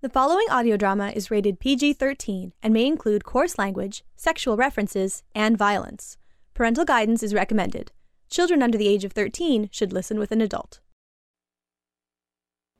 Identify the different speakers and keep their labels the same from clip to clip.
Speaker 1: The following audio drama is rated PG 13 and may include coarse language, sexual references, and violence. Parental guidance is recommended. Children under the age of 13 should listen with an adult.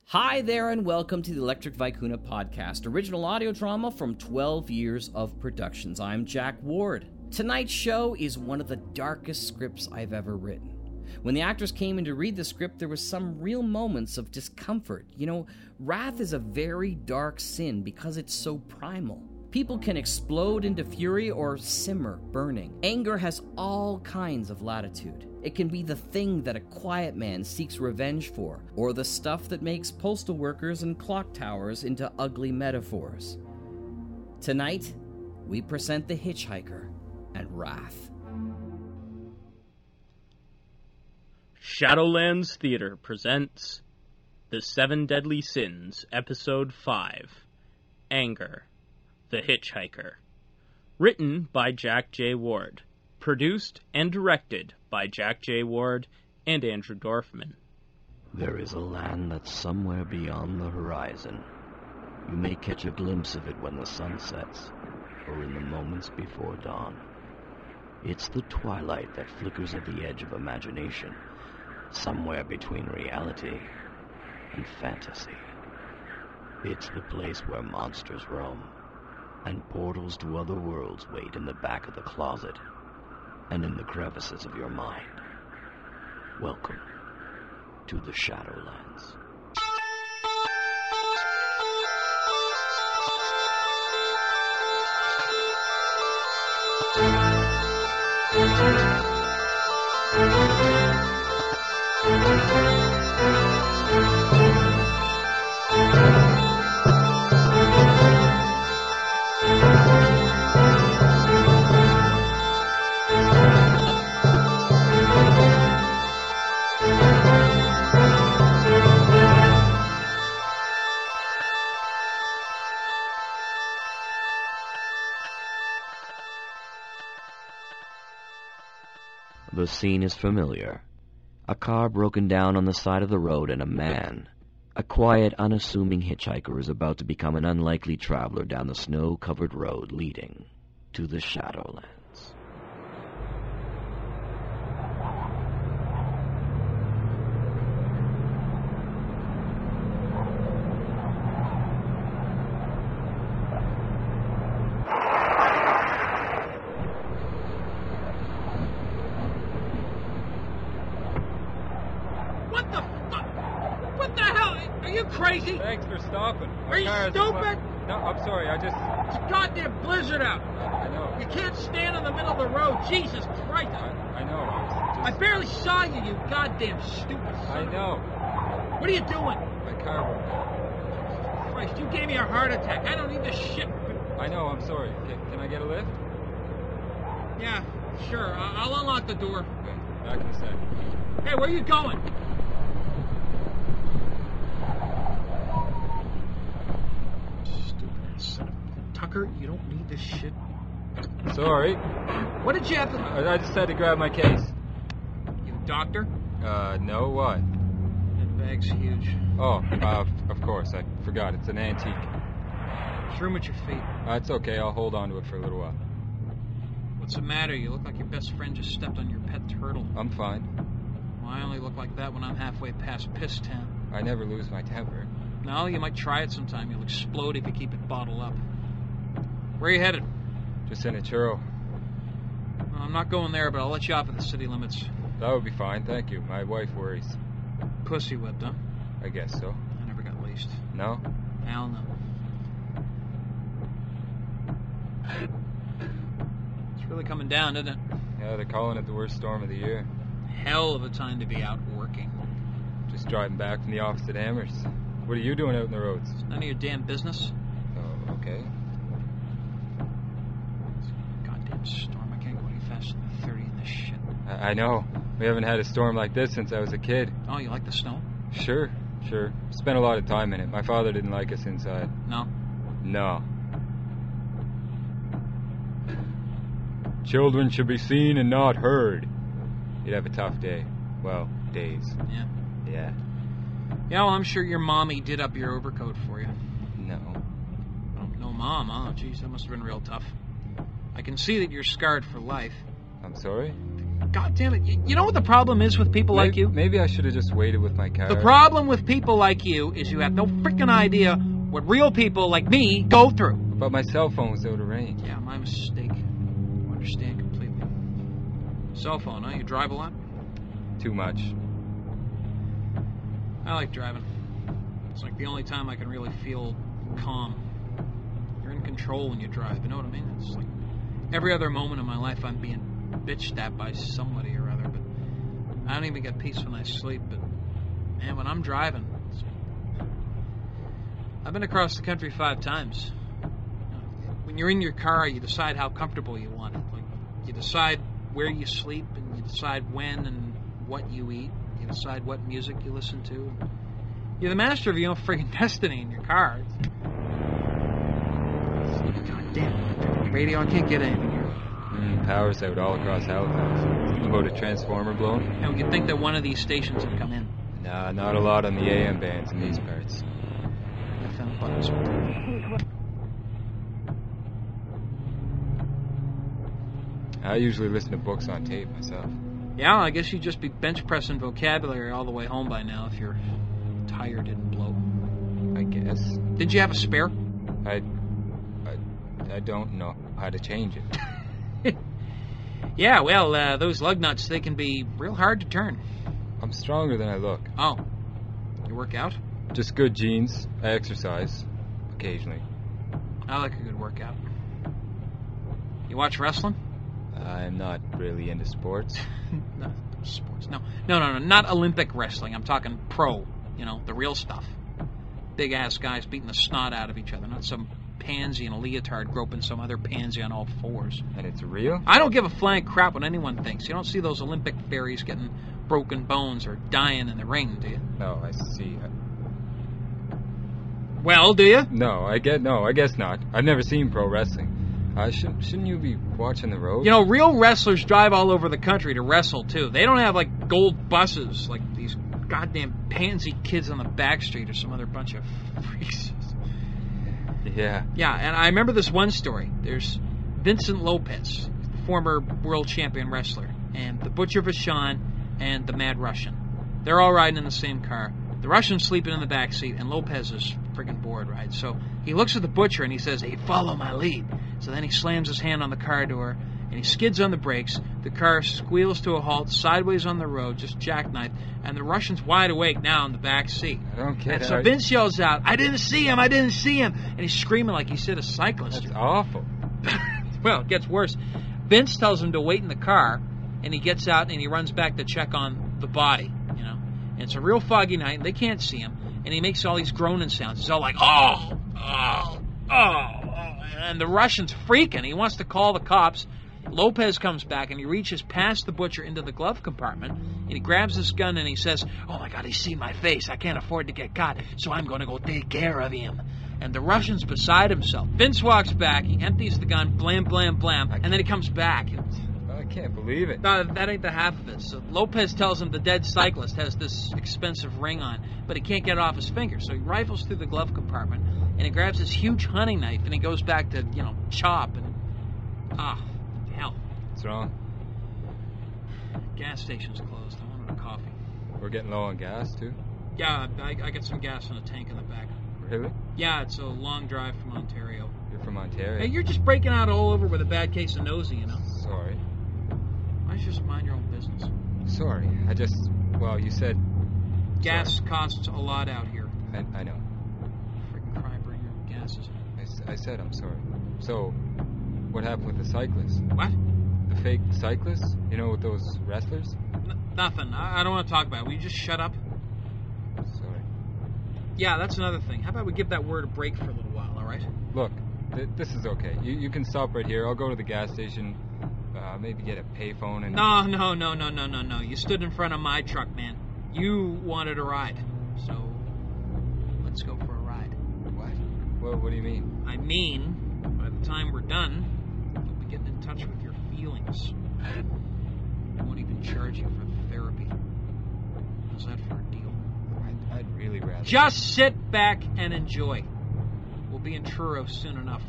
Speaker 2: Hi there, and welcome to the Electric Vicuna podcast, original audio drama from 12 years of productions. I'm Jack Ward. Tonight's show is one of the darkest scripts I've ever written. When the actors came in to read the script, there was some real moments of discomfort. You know, wrath is a very dark sin because it's so primal. People can explode into fury or simmer, burning. Anger has all kinds of latitude. It can be the thing that a quiet man seeks revenge for, or the stuff that makes postal workers and clock towers into ugly metaphors. Tonight, we present The Hitchhiker and Wrath.
Speaker 3: Shadowlands Theater presents The Seven Deadly Sins, Episode 5 Anger, The Hitchhiker. Written by Jack J. Ward. Produced and directed by Jack J. Ward and Andrew Dorfman.
Speaker 4: There is a land that's somewhere beyond the horizon. You may catch a glimpse of it when the sun sets, or in the moments before dawn. It's the twilight that flickers at the edge of imagination, somewhere between reality and fantasy. It's the place where monsters roam, and portals to other worlds wait in the back of the closet, and in the crevices of your mind. Welcome to the Shadowlands. The scene is familiar. A car broken down on the side of the road and a man. A quiet, unassuming hitchhiker is about to become an unlikely traveler down the snow covered road leading to the Shadowlands.
Speaker 5: What the fuck? What the hell? Are you crazy?
Speaker 6: Thanks for stopping. My
Speaker 5: Are you
Speaker 6: car is
Speaker 5: stupid?
Speaker 6: fu- No, I'm sorry. I just.
Speaker 5: It's a goddamn blizzard out.
Speaker 6: I know.
Speaker 5: You can't stand in the middle of the road. Jesus Christ.
Speaker 6: I,
Speaker 5: I,
Speaker 6: I know. I
Speaker 5: I
Speaker 6: was just.
Speaker 5: barely saw you, you goddamn stupid
Speaker 6: I
Speaker 5: son.
Speaker 6: know.
Speaker 5: What are you doing?
Speaker 6: My car
Speaker 5: Christ, you gave me a heart attack. I don't need this shit.
Speaker 6: broke. I know. I'm sorry. Can, can I get a lift?
Speaker 5: Yeah, sure. I- I'll unlock the door.
Speaker 6: Okay. Back in a sec.
Speaker 5: Hey, where you going? Stupid ass son of a- Tucker, you don't need this shit.
Speaker 6: Sorry.
Speaker 5: What did you have to...
Speaker 6: I, I just had to grab my case.
Speaker 5: You doctor?
Speaker 6: Uh, no, what?
Speaker 5: That bag's huge.
Speaker 6: Oh, uh, f- of course. I forgot. It's an antique.
Speaker 5: Through at your feet.
Speaker 6: That's okay. I'll hold on to it for a little while.
Speaker 5: What's the matter? You look like your best friend just stepped on your pet turtle.
Speaker 6: I'm fine.
Speaker 5: Well, I only look like that when I'm halfway past Piss Town.
Speaker 6: I never lose my temper.
Speaker 5: No, you might try it sometime. You'll explode if you keep it bottled up. Where are you headed?
Speaker 6: Just in a churro.
Speaker 5: Well, I'm not going there, but I'll let you off at the city limits.
Speaker 6: That would be fine. Thank you. My wife worries.
Speaker 5: Pussy whipped, huh?
Speaker 6: I guess so.
Speaker 5: I never got laced.
Speaker 6: No?
Speaker 5: Hell no. It's really coming down, isn't it?
Speaker 6: Yeah, they're calling it the worst storm of the year.
Speaker 5: Hell of a time to be out working.
Speaker 6: Just driving back from the office at Amherst. What are you doing out in the roads?
Speaker 5: None of your damn business.
Speaker 6: Oh, okay.
Speaker 5: Goddamn storm. I can't go any faster than 30 in this shit.
Speaker 6: I, I know. We haven't had a storm like this since I was a kid.
Speaker 5: Oh, you like the snow?
Speaker 6: Sure, sure. Spent a lot of time in it. My father didn't like us inside.
Speaker 5: No.
Speaker 6: No. Children should be seen and not heard. You'd have a tough day. Well, days.
Speaker 5: Yeah.
Speaker 6: Yeah.
Speaker 5: Yeah, well, I'm sure your mommy did up your overcoat for you. Oh,
Speaker 6: No.
Speaker 5: mom, huh? Geez, that must have been real tough. I can see that you're scarred for life.
Speaker 6: I'm sorry.
Speaker 5: God damn it. You, you know what the problem is with people like
Speaker 6: May-
Speaker 5: you?
Speaker 6: Maybe I should have just waited with my car.
Speaker 5: The problem with people like you is you have no freaking idea what real people like me go through.
Speaker 6: But my cell phone was out of range.
Speaker 5: Yeah, my mistake. I understand completely. Cell phone, huh? You drive a lot?
Speaker 6: Too much.
Speaker 5: I like driving. It's like the only time I can really feel calm. You're in control when you drive, you know what I mean? It's like every other moment of my life I'm being bitched at by somebody or other, but I don't even get peace when I sleep, but man, when I'm driving, it's- I've been across the country five times. When you're in your car, you decide how comfortable you want it. Like, you decide where you sleep, and you decide when and what you eat. You decide what music you listen to. You're the master of your own freaking destiny in your car. God damn radio! I can't get anything here.
Speaker 6: Mm, power's out all across Halifax. About a transformer blown?
Speaker 5: And we could think that one of these stations would come in.
Speaker 6: Nah, not a lot on the AM bands in these parts.
Speaker 5: FM buttons.
Speaker 6: I usually listen to books on tape myself.
Speaker 5: Yeah, I guess you'd just be bench pressing vocabulary all the way home by now if your tire didn't blow.
Speaker 6: I guess.
Speaker 5: Did you have a spare?
Speaker 6: I. I, I don't know how to change it.
Speaker 5: Yeah, well, uh, those lug nuts, they can be real hard to turn.
Speaker 6: I'm stronger than I look.
Speaker 5: Oh, you work out?
Speaker 6: Just good genes. I exercise. Occasionally.
Speaker 5: I like a good workout. You watch wrestling?
Speaker 6: I'm not really into sports.
Speaker 5: No, sports. No, no, no, no, not Olympic wrestling. I'm talking pro, you know, the real stuff. Big ass guys beating the snot out of each other, not some pansy in a leotard groping some other pansy on all fours.
Speaker 6: And it's real?
Speaker 5: I don't give a flying crap what anyone thinks. You don't see those Olympic fairies getting broken bones or dying in the ring, do you?
Speaker 6: No, I see. I-
Speaker 5: Well, do you?
Speaker 6: No, I get. No, I guess not. I've never seen pro wrestling. Uh, shouldn't, shouldn't you be watching the road?
Speaker 5: You know, real wrestlers drive all over the country to wrestle too. They don't have like gold buses like these goddamn pansy kids on the back street or some other bunch of freaks.
Speaker 6: Yeah.
Speaker 5: Yeah, and I remember this one story. There's Vincent Lopez, the former world champion wrestler, and the Butcher Vachon and the Mad Russian. They're all riding in the same car. The Russian's sleeping in the back seat, and Lopez is friggin' bored, right? So he looks at the Butcher and he says, Hey, follow my lead. So then he slams his hand on the car door and he skids on the brakes. The car squeals to a halt sideways on the road, just jackknifed, and the Russian's wide awake now in the back seat.
Speaker 6: I don't get
Speaker 5: And
Speaker 6: it.
Speaker 5: so
Speaker 6: I-
Speaker 5: Vince yells out, I didn't see him, I didn't see him. And he's screaming like he said a cyclist.
Speaker 6: That's awful.
Speaker 5: well, it gets worse. Vince tells him to wait in the car, and he gets out and he runs back to check on the body, you know. And it's a real foggy night, and they can't see him, and he makes all these groaning sounds. He's all like, oh, oh, oh, oh. And the Russian's freaking. He wants to call the cops. Lopez comes back and he reaches past the butcher into the glove compartment and he grabs his gun and he says, Oh my god, he's seen my face. I can't afford to get caught, so I'm going to go take care of him. And the Russian's beside himself. Vince walks back, he empties the gun, blam, blam, blam, and then he comes back.
Speaker 6: I can't believe it.
Speaker 5: No, that ain't the half of it. So Lopez tells him the dead cyclist has this expensive ring on, but he can't get it off his finger. So he rifles through the glove compartment and he grabs his huge hunting knife and he goes back to, you know, chop and. Ah, hell.
Speaker 6: What's wrong?
Speaker 5: Gas station's closed. I wanted a coffee.
Speaker 6: We're getting low on gas too.
Speaker 5: Yeah, I, I got some gas in a tank in the back.
Speaker 6: Really?
Speaker 5: Yeah, it's a long drive from Ontario.
Speaker 6: You're from Ontario.
Speaker 5: Hey, you're just breaking out all over with a bad case of nosy, you know?
Speaker 6: Sorry.
Speaker 5: Why don't you just mind your own business?
Speaker 6: Sorry. I just. Well, you said.
Speaker 5: Gas costs a lot out here.
Speaker 6: I, I know.
Speaker 5: Freaking crime bringer gases.
Speaker 6: I, s- I said I'm sorry. So, what happened with the cyclist?
Speaker 5: What?
Speaker 6: The fake cyclist? You know, with those wrestlers?
Speaker 5: N- nothing. I-, I don't want to talk about it. Will you just shut up?
Speaker 6: Sorry.
Speaker 5: Yeah, that's another thing. How about we give that word a break for a little while, all right?
Speaker 6: Look, th- this is okay. You, you can stop right here. I'll go to the gas station. Uh, maybe get a payphone and.
Speaker 5: No, no, no, no, no, no, no. You stood in front of my truck, man. You wanted a ride. So, let's go for a ride.
Speaker 6: What? What, what do you mean?
Speaker 5: I mean, by the time we're done, you'll be getting in touch with your feelings. I won't even charge you for therapy. How's that for a deal?
Speaker 6: I'd, I'd really rather.
Speaker 5: Just sit back and enjoy. We'll be in Truro soon enough.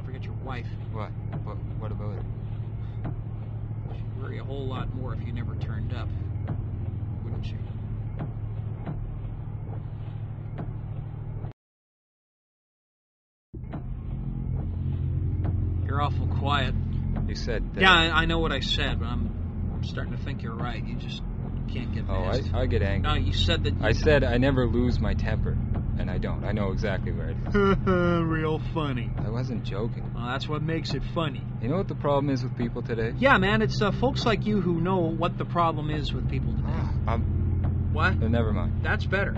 Speaker 5: about your wife.
Speaker 6: What? What, what about it?
Speaker 5: She'd worry a whole lot more if you never turned up, wouldn't she? You're awful quiet.
Speaker 6: You said that.
Speaker 5: Yeah, I, I know what I said, but I'm, I'm starting to think you're right. You just can't get
Speaker 6: Oh,
Speaker 5: past.
Speaker 6: I, I get angry.
Speaker 5: No, you said that.
Speaker 6: I said I never lose my temper, and I don't. I know exactly where it is.
Speaker 5: Real funny.
Speaker 6: I wasn't joking.
Speaker 5: Well, that's what makes it funny.
Speaker 6: You know what the problem is with people today?
Speaker 5: Yeah, man, it's uh, folks like you who know what the problem is with people today.
Speaker 6: Ah, I'm,
Speaker 5: What?
Speaker 6: uh, never mind.
Speaker 5: That's better.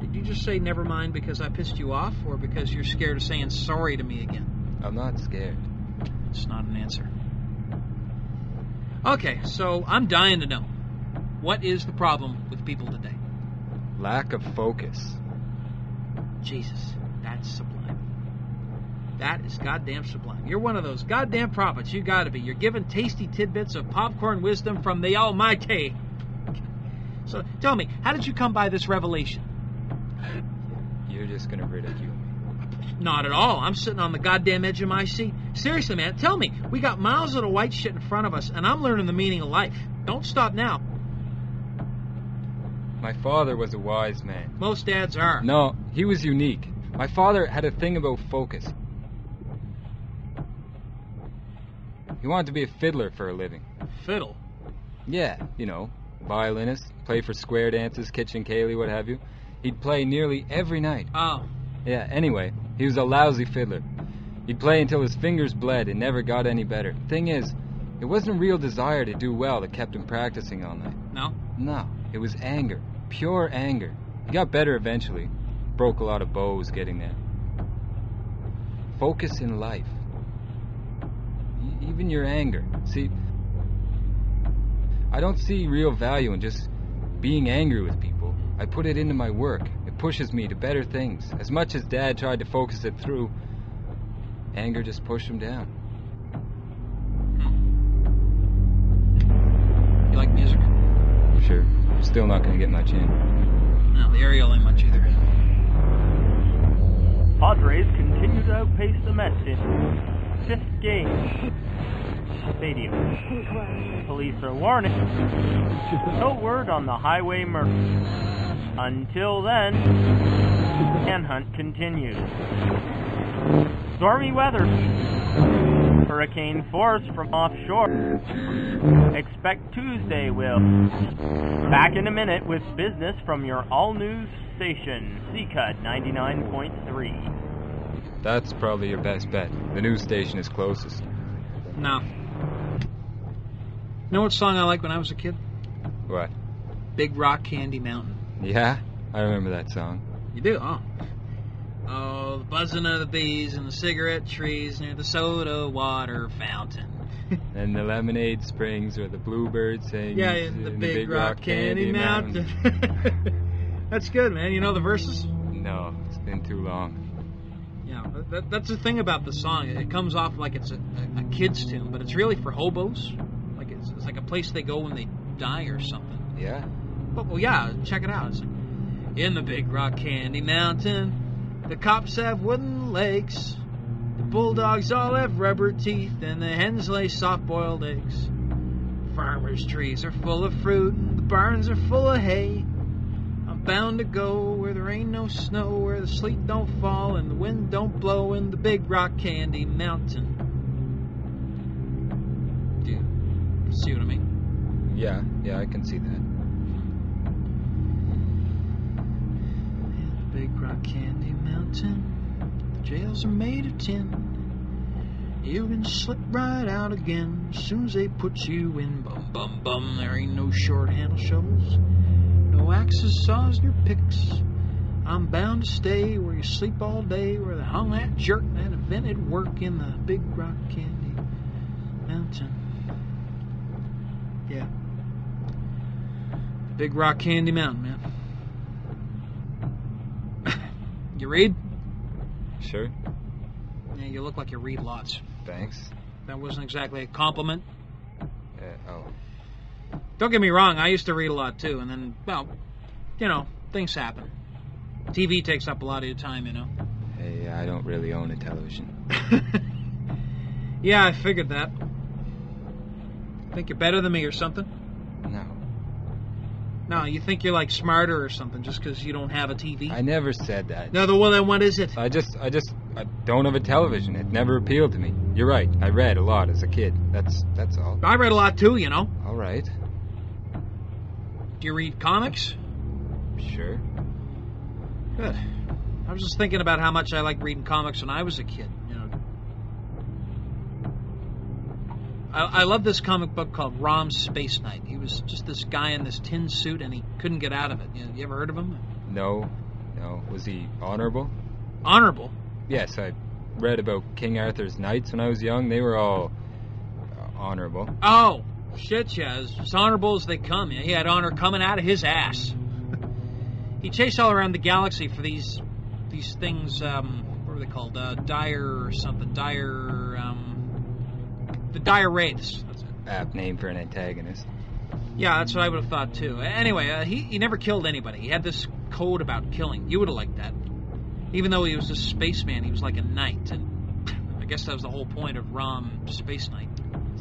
Speaker 5: Did you just say never mind because I pissed you off or because you're scared of saying sorry to me again?
Speaker 6: I'm not scared.
Speaker 5: It's not an answer. Okay, so I'm dying to know. What is the problem with people today?
Speaker 6: Lack of focus.
Speaker 5: Jesus, that's sublime. That is goddamn sublime. You're one of those goddamn prophets. You gotta be. You're given tasty tidbits of popcorn wisdom from the Almighty. So tell me, how did you come by this revelation?
Speaker 6: You're just gonna ridicule me.
Speaker 5: Not at all. I'm sitting on the goddamn edge of my seat. Seriously, man, tell me. We got miles of the white shit in front of us, and I'm learning the meaning of life. Don't stop now.
Speaker 6: My father was a wise man.
Speaker 5: Most dads are.
Speaker 6: No, he was unique. My father had a thing about focus. He wanted to be a fiddler for a living.
Speaker 5: Fiddle.
Speaker 6: Yeah, you know, violinist, play for square dances, kitchen Kaylee, what have you. He'd play nearly every night.
Speaker 5: Oh,
Speaker 6: Yeah, anyway, he was a lousy fiddler. He'd play until his fingers bled and never got any better. Thing is, it wasn't real desire to do well that kept him practicing all night.
Speaker 5: no?
Speaker 6: No, it was anger. Pure anger. He got better eventually. Broke a lot of bows getting there. Focus in life. E- even your anger. See, I don't see real value in just being angry with people. I put it into my work. It pushes me to better things. As much as Dad tried to focus it through, anger just pushed him down.
Speaker 5: You like music?
Speaker 6: Sure, I'm still not going to get much in.
Speaker 5: No, the aerial ain't much either.
Speaker 7: Padres continue to outpace the Mets in fifth game. Stadium. Police are warning. No word on the highway murder. Until then, manhunt continues. Stormy weather. Hurricane force from offshore. Expect Tuesday will. Back in a minute with business from your all news station, CCUT 99.3.
Speaker 6: That's probably your best bet. The news station is closest.
Speaker 5: No. Know what song I liked when I was a kid?
Speaker 6: What?
Speaker 5: Big Rock Candy Mountain.
Speaker 6: Yeah, I remember that song.
Speaker 5: You do? Oh. Oh, the buzzing of the bees and the cigarette trees near the soda water fountain.
Speaker 6: And the lemonade springs where the bluebird sings.
Speaker 5: Yeah, in the, big, rock, candy, mountain. that's good, man. You know the verses?
Speaker 6: No, it's been too long.
Speaker 5: Yeah, that, that, that's the thing about the song. It comes off like it's a, a, a kid's tune, but it's really for hobos. Like it's, it's like a place they go when they die or something.
Speaker 6: Yeah.
Speaker 5: But well, yeah, check it out. It's like in the big rock candy mountain, the cops have wooden legs. The bulldogs all have rubber teeth, and the hens lay soft-boiled eggs. Farmers' trees are full of fruit, and the barns are full of hay. I'm bound to go where there ain't no snow, where the sleet don't fall, and the wind don't blow in the big rock candy mountain. Do you see what I mean?
Speaker 6: Yeah, yeah, I can see that.
Speaker 5: Big Rock Candy Mountain. The jails are made of tin. You can slip right out again as soon as they put you in. Bum, bum, bum. There ain't no short handle shovels, no axes, saws, nor picks. I'm bound to stay where you sleep all day, where they hung that jerk that invented work in the Big Rock Candy Mountain. Yeah. Big Rock Candy Mountain, man. You read?
Speaker 6: Sure.
Speaker 5: Yeah, you look like you read lots.
Speaker 6: Thanks.
Speaker 5: That wasn't exactly a compliment.
Speaker 6: Uh, oh.
Speaker 5: Don't get me wrong, I used to read a lot too, and then, well, you know, things happen. TV takes up a lot of your time, you know.
Speaker 6: Hey, I don't really own a television.
Speaker 5: Yeah, I figured that. Think you're better than me or something?
Speaker 6: No.
Speaker 5: No, you think you're like smarter or something just because you don't have a TV?
Speaker 6: I never said that.
Speaker 5: No, the well then what is it?
Speaker 6: I just, I just, I don't have a television. It never appealed to me. You're right. I read a lot as a kid. That's, that's all.
Speaker 5: I read a lot too, you know.
Speaker 6: All right.
Speaker 5: Do you read comics?
Speaker 6: Sure.
Speaker 5: Good. I was just thinking about how much I liked reading comics when I was a kid. You know, I, I love this comic book called Rom Space Knight. He was just this guy in this tin suit, and he couldn't get out of it. You, you ever heard of him?
Speaker 6: No, no. Was he honorable?
Speaker 5: Honorable.
Speaker 6: Yes, I read about King Arthur's knights when I was young. They were all uh, honorable.
Speaker 5: Oh, shit, yeah. As as honorable as they come. Yeah, he had honor coming out of his ass. he chased all around the galaxy for these these things. Um, what were they called? Uh, dire or something. Dire. Um, the dire wraiths. That's it.
Speaker 6: Apt name for an antagonist.
Speaker 5: Yeah, that's what I would have thought too. Anyway, uh, he, he never killed anybody. He had this code about killing. You would have liked that. Even though he was a spaceman, he was like a knight. And I guess that was the whole point of Rom Space Knight.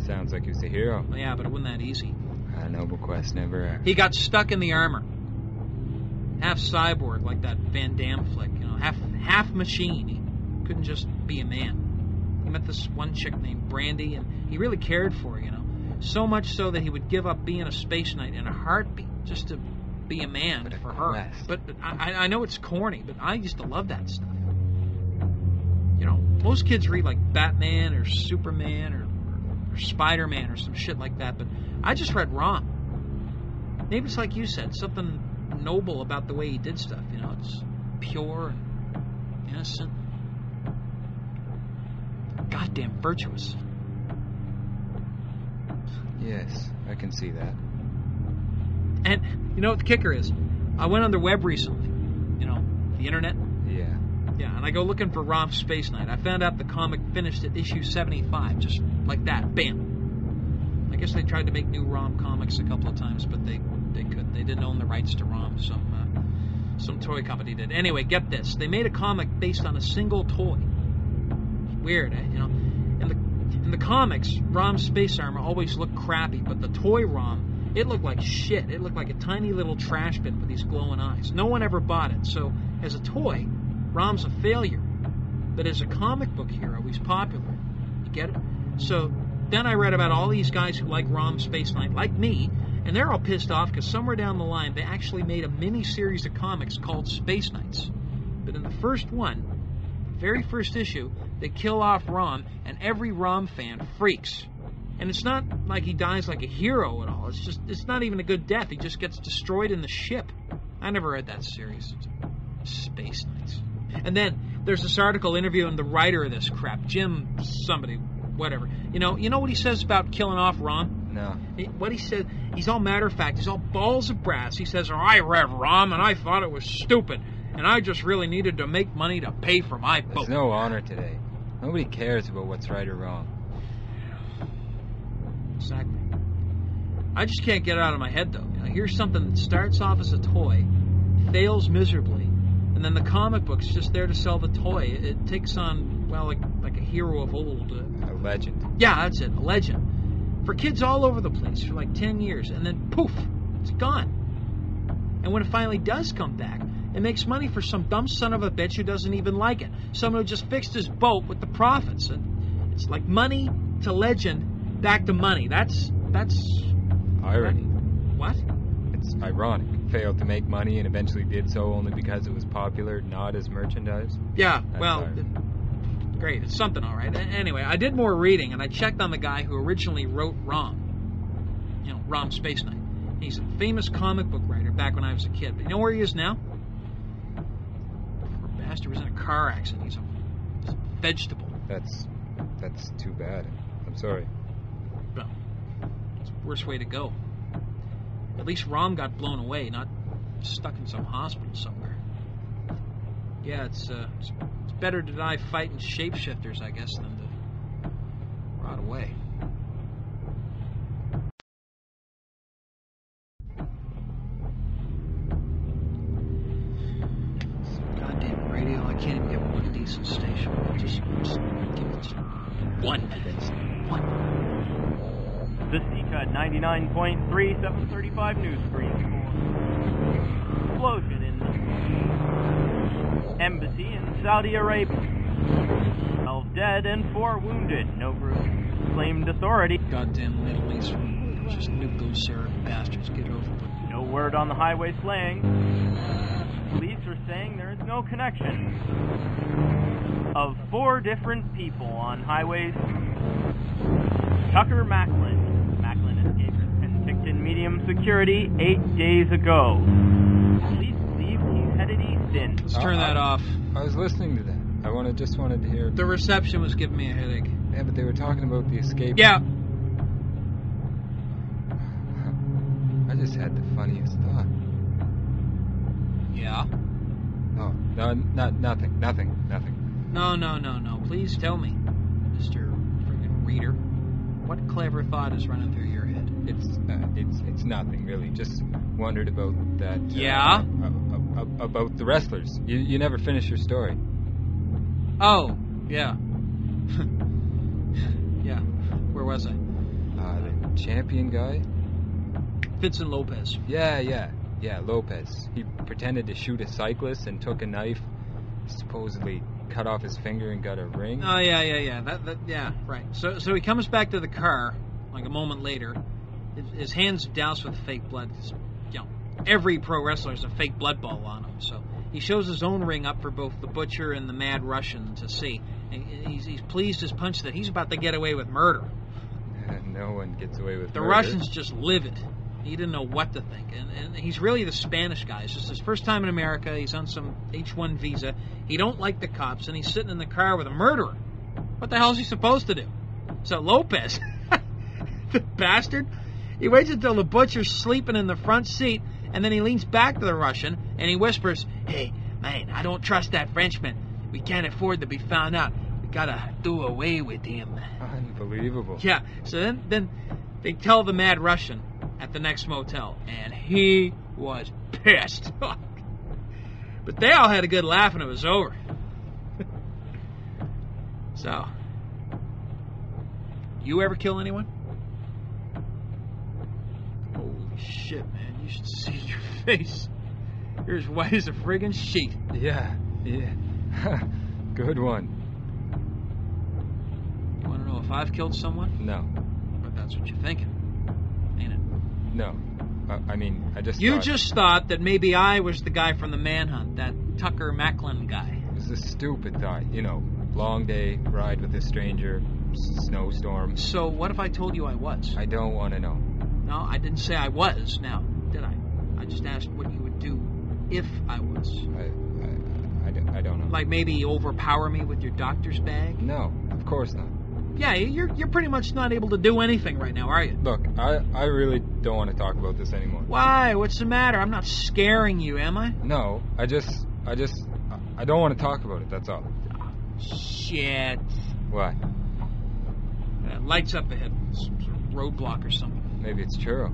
Speaker 6: Sounds like he was a hero.
Speaker 5: Well, yeah, but it wasn't that easy.
Speaker 6: A noble quest never ends.
Speaker 5: He got stuck in the armor. Half cyborg, like that Van Damme flick, you know, half half machine. He couldn't just be a man. He met this one chick named Brandy, and he really cared for her, you know. So much so that he would give up being a space knight in a heartbeat just to be a man
Speaker 6: But a
Speaker 5: for her.
Speaker 6: quest.
Speaker 5: But but I, I I know it's corny, but I used to love that stuff. You know, most kids read like Batman or Superman or, or Spider Man or some shit like that, but I just read Rom. Maybe it's like you said, something noble about the way he did stuff. You know, it's pure and innocent. Goddamn virtuous.
Speaker 6: Yes, I can see that.
Speaker 5: And you know what the kicker is? I went on their web recently, you know, the internet.
Speaker 6: Yeah.
Speaker 5: Yeah, and I go looking for Rom Space Knight. I found out the comic finished at issue 75, just like that. Bam. I guess they tried to make new Rom comics a couple of times, but they, they couldn't. They didn't own the rights to Rom. Some, uh, some toy company did. Anyway, get this. They made a comic based on a single toy. Weird, eh? You know? In the, in the comics, Rom's space armor always looked crappy, but the toy Rom, it looked like shit. It looked like a tiny little trash bin with these glowing eyes. No one ever bought it, so as a toy, Rom's a failure. But as a comic book hero, he's popular. You get it? So then I read about all these guys who like Rom Space Knight, like me, and they're all pissed off because somewhere down the line they actually made a mini series of comics called Space Knights. But in the first one, the very first issue, they kill off Rom, and every Rom fan freaks. And it's not like he dies like a hero at all. It's just, it's not even a good death. He just gets destroyed in the ship. I never read that series. Space Knights. And then there's this article interviewing the writer of this crap, Jim somebody, whatever. You know, you know what he says about killing off Rom?
Speaker 6: No.
Speaker 5: He- What he said, he's all matter of fact. He's all balls of brass. He says, "I read Rom and I thought it was stupid, and I just really needed to make money to pay for my boat."
Speaker 6: There's no honor today. Nobody cares about what's right or wrong.
Speaker 5: Exactly. I just can't get it out of my head, though. You know, here's something that starts off as a toy, fails miserably, and then the comic book's just there to sell the toy. It, it takes on, well, like, like a hero of old. Uh,
Speaker 6: A legend.
Speaker 5: yeah, that's it, a legend. For kids all over the place for like 10 years, and then poof, it's gone. And when it finally does come back, it makes money for some dumb son of a bitch who doesn't even like it. Someone who just fixed his boat with the profits. And it's like money to legend back to money. That's, that's,
Speaker 6: Irony.
Speaker 5: what?
Speaker 6: It's ironic. Failed to make money and eventually did so only because it was popular, not as merchandise.
Speaker 5: Yeah,
Speaker 6: That's
Speaker 5: well,
Speaker 6: irony.
Speaker 5: it- great. It's something, all right. A- Anyway, I did more reading and I checked on the guy who originally wrote Rom. You know, Rom Space Knight. He's a famous comic book writer back when I was a kid. But you know where he is now? Poor bastard was in a car accident. He's a, he's a vegetable.
Speaker 6: That's that's too bad. I'm sorry.
Speaker 5: Well, it's the worst way to go. At least Rom got blown away, not stuck in some hospital somewhere. Yeah, it's uh, it's, it's better to die fighting shapeshifters, I guess, than to rot away. Goddamn radio! I can't even get one decent station. Just, just give it one.
Speaker 7: America 99.3 735 news screen. Explosion in the embassy in Saudi Arabia. 12 dead and 4 wounded. No group claimed authority.
Speaker 5: Goddamn Middle East. Just nuke those Arab bastards. Get over it.
Speaker 7: No word on the highway slang. Police are saying there is no connection of four different people on highways. Tucker Macklin. Macklin escaped Penticton medium security eight days ago. Police believe he's headed east in.
Speaker 5: Let's turn that off.
Speaker 6: I was listening to that. I wanted just wanted to hear.
Speaker 5: The reception was giving me a headache.
Speaker 6: Yeah, but they were talking about the escape.
Speaker 5: Yeah.
Speaker 6: I just had the funniest thought.
Speaker 5: Yeah.
Speaker 6: Oh, no, not nothing, nothing, nothing.
Speaker 5: No, no, no, no. Please tell me, Mr. Friggin' Reader, what clever thought is running through your head?
Speaker 6: It's uh, it's it's nothing really. Just wondered about that. uh,
Speaker 5: Yeah?
Speaker 6: ab- ab- about the wrestlers. You you never finish your story.
Speaker 5: Oh, yeah. yeah. Where was I?
Speaker 6: Uh, the champion guy.
Speaker 5: Vincent Lopez.
Speaker 6: Yeah, yeah, yeah. Lopez. He pretended to shoot a cyclist and took a knife. Supposedly cut off his finger and got a ring.
Speaker 5: Oh yeah, yeah, yeah. That, that, yeah, right. So, so he comes back to the car like a moment later. His, his hands doused with fake blood. 'cause, you know, every pro wrestler has a fake blood ball on him. So he shows his own ring up for both the butcher and the mad Russian to see. And he's, he's pleased as punch that he's about to get away with murder.
Speaker 6: no one gets away with
Speaker 5: The
Speaker 6: murder.
Speaker 5: Russian's just livid. He didn't know what to think. And, and he's really the Spanish guy. It's just his first time in America. He's on some H-1 visa. He don't like the cops, and he's sitting in the car with a murderer. What the hell is he supposed to do? So Lopez, the bastard, he waits until the butcher's sleeping in the front seat, and then he leans back to the Russian, and he whispers, Hey, man, I don't trust that Frenchman. We can't afford to be found out. We gotta do away with him.
Speaker 6: Unbelievable.
Speaker 5: Yeah. So then, then they tell the mad Russian at the next motel, and he was pissed. but they all had a good laugh, and it was over. so, you ever kill anyone? Holy shit, man! You should see your face. You're as white as a friggin' sheet.
Speaker 6: Yeah. Yeah. Good one.
Speaker 5: You want to know if I've killed someone?
Speaker 6: No.
Speaker 5: But that's what you're thinking, ain't it?
Speaker 6: No. Uh, I mean, I just.
Speaker 5: You
Speaker 6: thought
Speaker 5: just thought that maybe I was the guy from the manhunt, that Tucker Macklin guy.
Speaker 6: It was a stupid thought. You know, long day ride with a stranger, s- snowstorm.
Speaker 5: So what if I told you I was?
Speaker 6: I don't want to know.
Speaker 5: No, I didn't say I was. Now, did I? I just asked what you would do if I was.
Speaker 6: I, I, I, don't- I don't know.
Speaker 5: Like maybe overpower me with your doctor's bag?
Speaker 6: no, of course not.
Speaker 5: Yeah, you're you're pretty much not able to do anything right now, are you?
Speaker 6: Look, I, I really don't want to talk about this anymore.
Speaker 5: Why? What's the matter? I'm not scaring you, am I?
Speaker 6: No, I just, I just, I- I don't want to talk about it. That's all.
Speaker 5: Shit.
Speaker 6: Why?
Speaker 5: Uh, lights up ahead. S- sort of Roadblock or something.
Speaker 6: Maybe it's churro.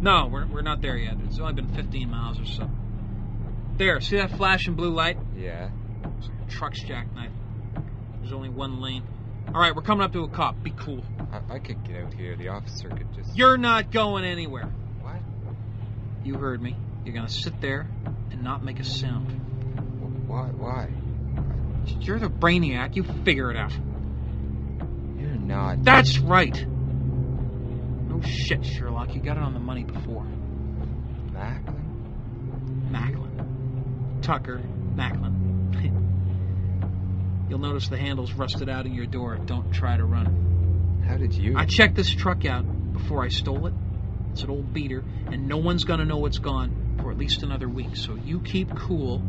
Speaker 5: No, we're, we're not there yet. It's only been 15 miles or so. There, see that flashing blue light?
Speaker 6: Yeah.
Speaker 5: It's like a truck's jackknife. There's only one lane. All right, we're coming up to a cop. Be cool.
Speaker 6: I, I could get out here. The officer could just.
Speaker 5: You're not going anywhere.
Speaker 6: What?
Speaker 5: You heard me. You're gonna sit there and not make a sound.
Speaker 6: Wh- Why? Why?
Speaker 5: You're the brainiac. You figure it out.
Speaker 6: You're not.
Speaker 5: That's right. No shit, Sherlock. You got it on the money before.
Speaker 6: Macklin?
Speaker 5: Macklin. Tucker Macklin. You'll notice the handle's rusted out of your door. Don't try to run.
Speaker 6: How did you.
Speaker 5: I checked this truck out before I stole it. It's an old beater, and no one's gonna know it's gone for at least another week. So you keep cool,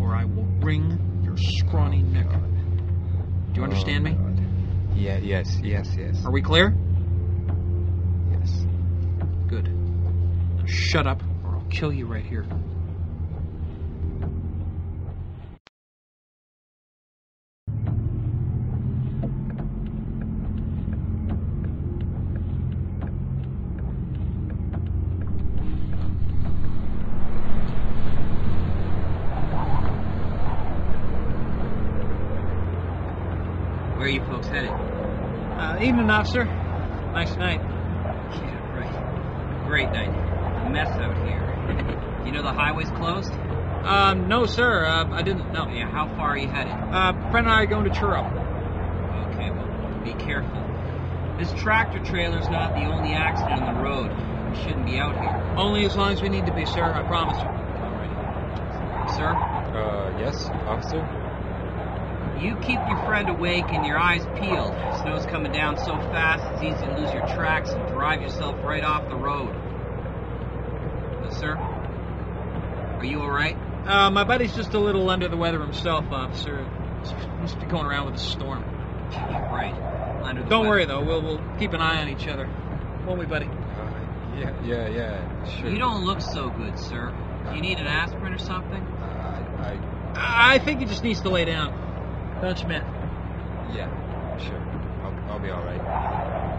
Speaker 5: or I will wring your scrawny neck out of it. Do you understand me?
Speaker 6: Um, Yeah, yes, yes, yes.
Speaker 5: Are we clear?
Speaker 6: Yes.
Speaker 5: Good. Now shut up, or I'll kill you right here. Where are you folks headed? Uh, evening, officer. Nice night.
Speaker 8: great night. A mess out here. You know the highway's closed?
Speaker 5: Um, no, sir. Uh, I didn't know.
Speaker 8: Yeah, how far are you headed?
Speaker 5: Uh, friend and I are going to Churro.
Speaker 8: Okay, well, be careful. This tractor trailer's not the only accident on the road. We shouldn't be out here.
Speaker 5: Only as long as we need to be, sir. I promise you.
Speaker 8: Sir,
Speaker 6: Uh, yes, officer?
Speaker 8: you keep your friend awake and your eyes peeled. Snow's coming down so fast, it's easy to lose your tracks and drive yourself right off the road. Uh, sir, are you alright?
Speaker 5: Uh, my buddy's just a little under the weather himself, officer. Must be going around with a storm.
Speaker 8: Right. Under the
Speaker 5: Don't worry
Speaker 8: weather.
Speaker 5: though. We'll we'll keep an eye on each other, won't we, buddy?
Speaker 6: Uh, yeah, yeah, yeah, sure.
Speaker 8: You don't look so good, sir. Do you need an aspirin or something?
Speaker 6: Uh, I,
Speaker 5: I I think he just needs to lay down. Don't you, man?
Speaker 6: I- yeah, sure. I'll, I'll be alright.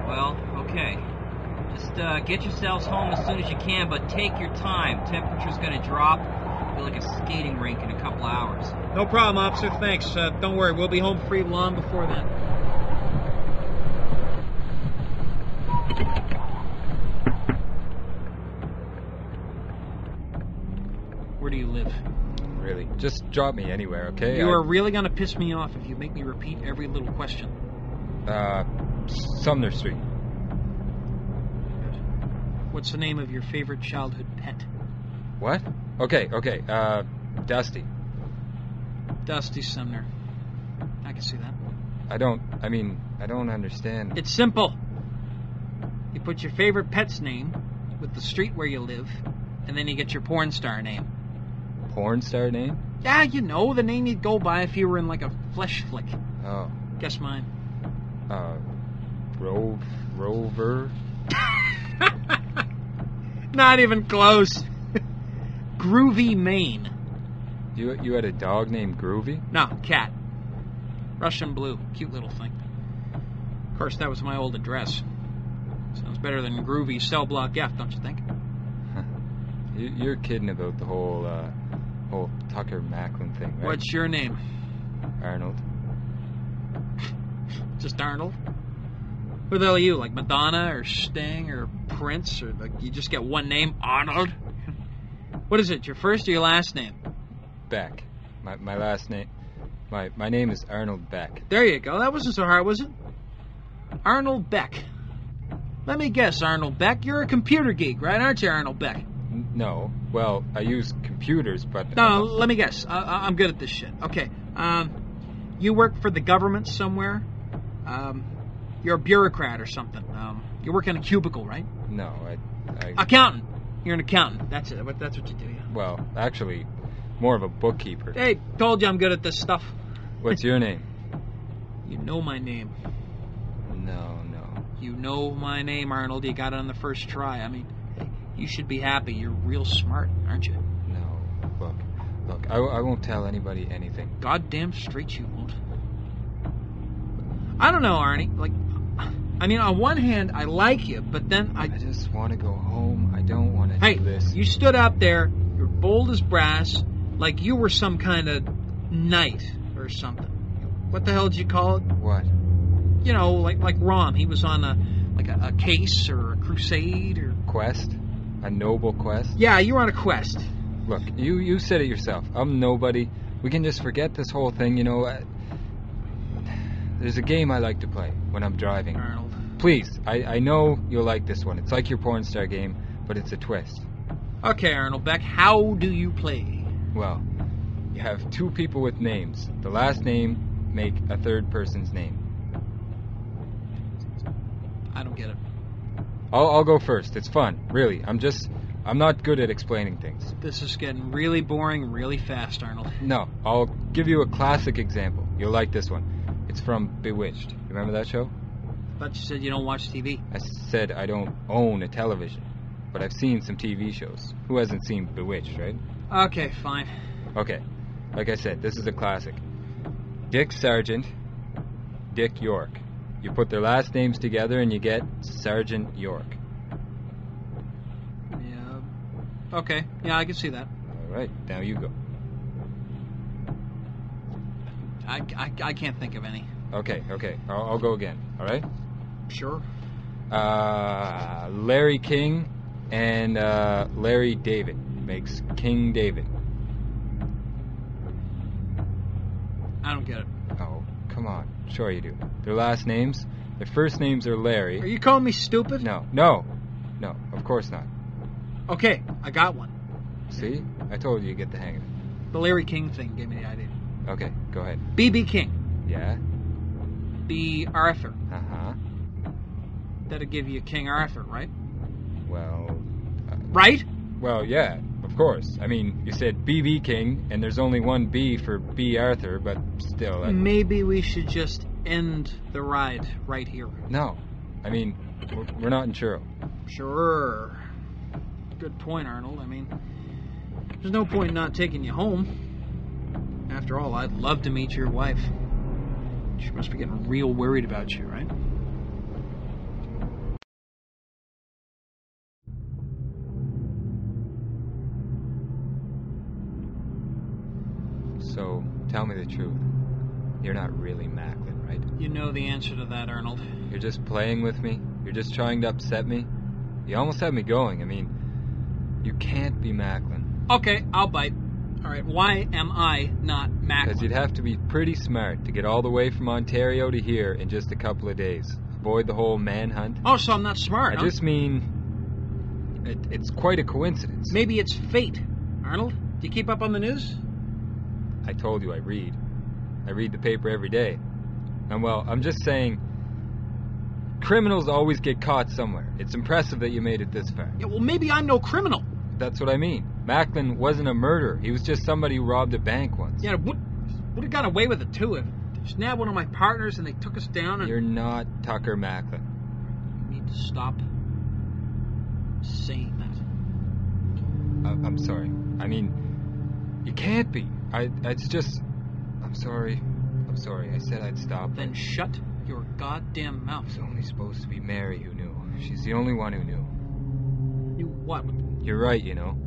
Speaker 8: Well, okay. Just uh, get yourselves home as soon as you can, but take your time. Temperature's gonna drop. It'll be like a skating rink in a couple hours.
Speaker 5: No problem, officer. Thanks. Uh, don't worry. We'll be home free long before then. Where do you live?
Speaker 6: Really. Just drop me anywhere, okay?
Speaker 5: You
Speaker 6: I-
Speaker 5: are really gonna piss me off if you make me repeat every little question.
Speaker 6: Uh, Sumner Street.
Speaker 5: What's the name of your favorite childhood pet?
Speaker 6: What? Okay, okay. Uh, Dusty.
Speaker 5: Dusty Sumner. I can see that.
Speaker 6: I don't. I mean, I don't understand.
Speaker 5: It's simple. You put your favorite pet's name with the street where you live, and then you get your porn star name.
Speaker 6: Porn star name?
Speaker 5: Yeah, you know, the name you'd go by if you were in like a flesh flick.
Speaker 6: Oh.
Speaker 5: Guess mine.
Speaker 6: Uh, Ro- Rover.
Speaker 5: Not even close. Groovy Maine.
Speaker 6: You you had a dog named Groovy?
Speaker 5: No, cat. Russian blue. Cute little thing. Of course, that was my old address. Sounds better than Groovy Cell Block F, don't you think?
Speaker 6: You, you're kidding about the whole uh, whole Tucker Macklin thing, right?
Speaker 5: What's your name?
Speaker 6: Arnold.
Speaker 5: Just Arnold? Who the hell are you? Like Madonna or Sting or Prince or like you just get one name, Arnold? What is it? Your first or your last name?
Speaker 6: Beck. My my last name. My my name is Arnold Beck.
Speaker 5: There you go. That wasn't so hard, was it? Arnold Beck. Let me guess, Arnold Beck. You're a computer geek, right? Aren't you, Arnold Beck?
Speaker 6: N- no. Well, I use computers, but
Speaker 5: No, no let me guess. I, I, I'm good at this shit. Okay. Um, you work for the government somewhere. Um, you're a bureaucrat or something. Um, you work in a cubicle, right?
Speaker 6: no. I, I
Speaker 5: Accountant. You're an accountant. That's it. What- That's what you do. Yeah.
Speaker 6: well, actually, more of a bookkeeper.
Speaker 5: Hey, told you I'm good at this stuff.
Speaker 6: What's your name?
Speaker 5: You know my name.
Speaker 6: No, no.
Speaker 5: You know my name, Arnold. You got it on the first try. I mean, hey, you should be happy. You're real smart, aren't you?
Speaker 6: No, look, look, I, I won't tell anybody anything.
Speaker 5: Goddamn straight you won't. I don't know, Arnie. Like, I mean, on one hand, I like you, but then I.
Speaker 6: I just want to go home. I don't want to
Speaker 5: Hey,
Speaker 6: do this.
Speaker 5: you stood out there. You're bold as brass, like you were some kind of knight or something. What the hell did you call it?
Speaker 6: What?
Speaker 5: You know, like like Rom. He was on a like a, a case or a crusade or
Speaker 6: Quest? A noble quest?
Speaker 5: Yeah, you were on a quest.
Speaker 6: Look, you you said it yourself. I'm nobody. We can just forget this whole thing, you know. I, there's a game I like to play when I'm driving.
Speaker 5: Arnold.
Speaker 6: Please, I, I know you'll like this one. It's like your porn star game, but it's a twist.
Speaker 5: Okay, Arnold Beck, how do you play?
Speaker 6: Well, you have two people with names. The last name make a third person's name.
Speaker 5: I don't get it.
Speaker 6: I'll, I'll go first. It's fun, really. I'm just, I'm not good at explaining things.
Speaker 5: This is getting really boring really fast, Arnold.
Speaker 6: No, I'll give you a classic example. You'll like this one. It's from Bewitched. You remember that show?
Speaker 5: thought you said you don't watch TV.
Speaker 6: I said I don't own a television, but I've seen some TV shows. Who hasn't seen Bewitched, right?
Speaker 5: Okay, fine.
Speaker 6: Okay, like I said, this is a classic. Dick Sargent, Dick York. You put their last names together and you get Sergeant York.
Speaker 5: Yeah. Okay. Yeah, I can see that.
Speaker 6: All right, now you go.
Speaker 5: I, I, I can't think of any.
Speaker 6: Okay, okay, I'll, I'll go again. All right.
Speaker 5: Sure.
Speaker 6: Uh, Larry King and uh, Larry David makes King David.
Speaker 5: I don't get it.
Speaker 6: Oh, come on. Sure you do. Their last names? Their first names are
Speaker 5: Are
Speaker 6: Larry.
Speaker 5: you calling me stupid?
Speaker 6: No, no, no, of course not.
Speaker 5: Okay, I got one.
Speaker 6: See? I told you you get the hang of
Speaker 5: The Larry King thing gave me the idea.
Speaker 6: it. Okay, go ahead.
Speaker 5: B.B. King.
Speaker 6: Yeah?
Speaker 5: B. Arthur.
Speaker 6: Uh huh.
Speaker 5: That'll give you King Arthur, right?
Speaker 6: Well,
Speaker 5: Right?
Speaker 6: well, yeah, of course. I mean, you said BB King, and there's only one B for B Arthur, but still. That,
Speaker 5: Maybe we should just end the ride right here.
Speaker 6: No. I mean, we're, we're not in Churro.
Speaker 5: Sure. Good point, Arnold. I mean, there's no point in not taking you home. After all, I'd love to meet your wife. She must be getting real worried about you, right?
Speaker 6: So, tell me the truth. You're not really Macklin, right?
Speaker 5: You know the answer to that, Arnold.
Speaker 6: You're just playing with me. You're just trying to upset me. You almost had me going. I mean, you can't be Macklin.
Speaker 5: Okay, I'll bite. All right, why am I not Mac?
Speaker 6: Because you'd have to be pretty smart to get all the way from Ontario to here in just a couple of days. Avoid the whole manhunt.
Speaker 5: Oh, so I'm not smart.
Speaker 6: I
Speaker 5: huh?
Speaker 6: just mean, it, it's quite a coincidence.
Speaker 5: Maybe it's fate. Arnold, do you keep up on the news?
Speaker 6: I told you I read. I read the paper every day. And well, I'm just saying, criminals always get caught somewhere. It's impressive that you made it this far.
Speaker 5: Yeah, well, maybe I'm no criminal.
Speaker 6: That's what I mean. Macklin wasn't a murderer. He was just somebody who robbed a bank once.
Speaker 5: Yeah, would would have got away with it too if they snapped one of my partners and they took us down and
Speaker 6: You're not Tucker Macklin.
Speaker 5: You need to stop saying that.
Speaker 6: I- I'm sorry. I mean, you can't be. I. It's just. I'm sorry. I'm sorry. I said I'd stop.
Speaker 5: Then shut your goddamn
Speaker 6: It
Speaker 5: mouth.
Speaker 6: was only supposed to be Mary who knew. She's the only one who knew.
Speaker 5: You what?
Speaker 6: You're right, you know.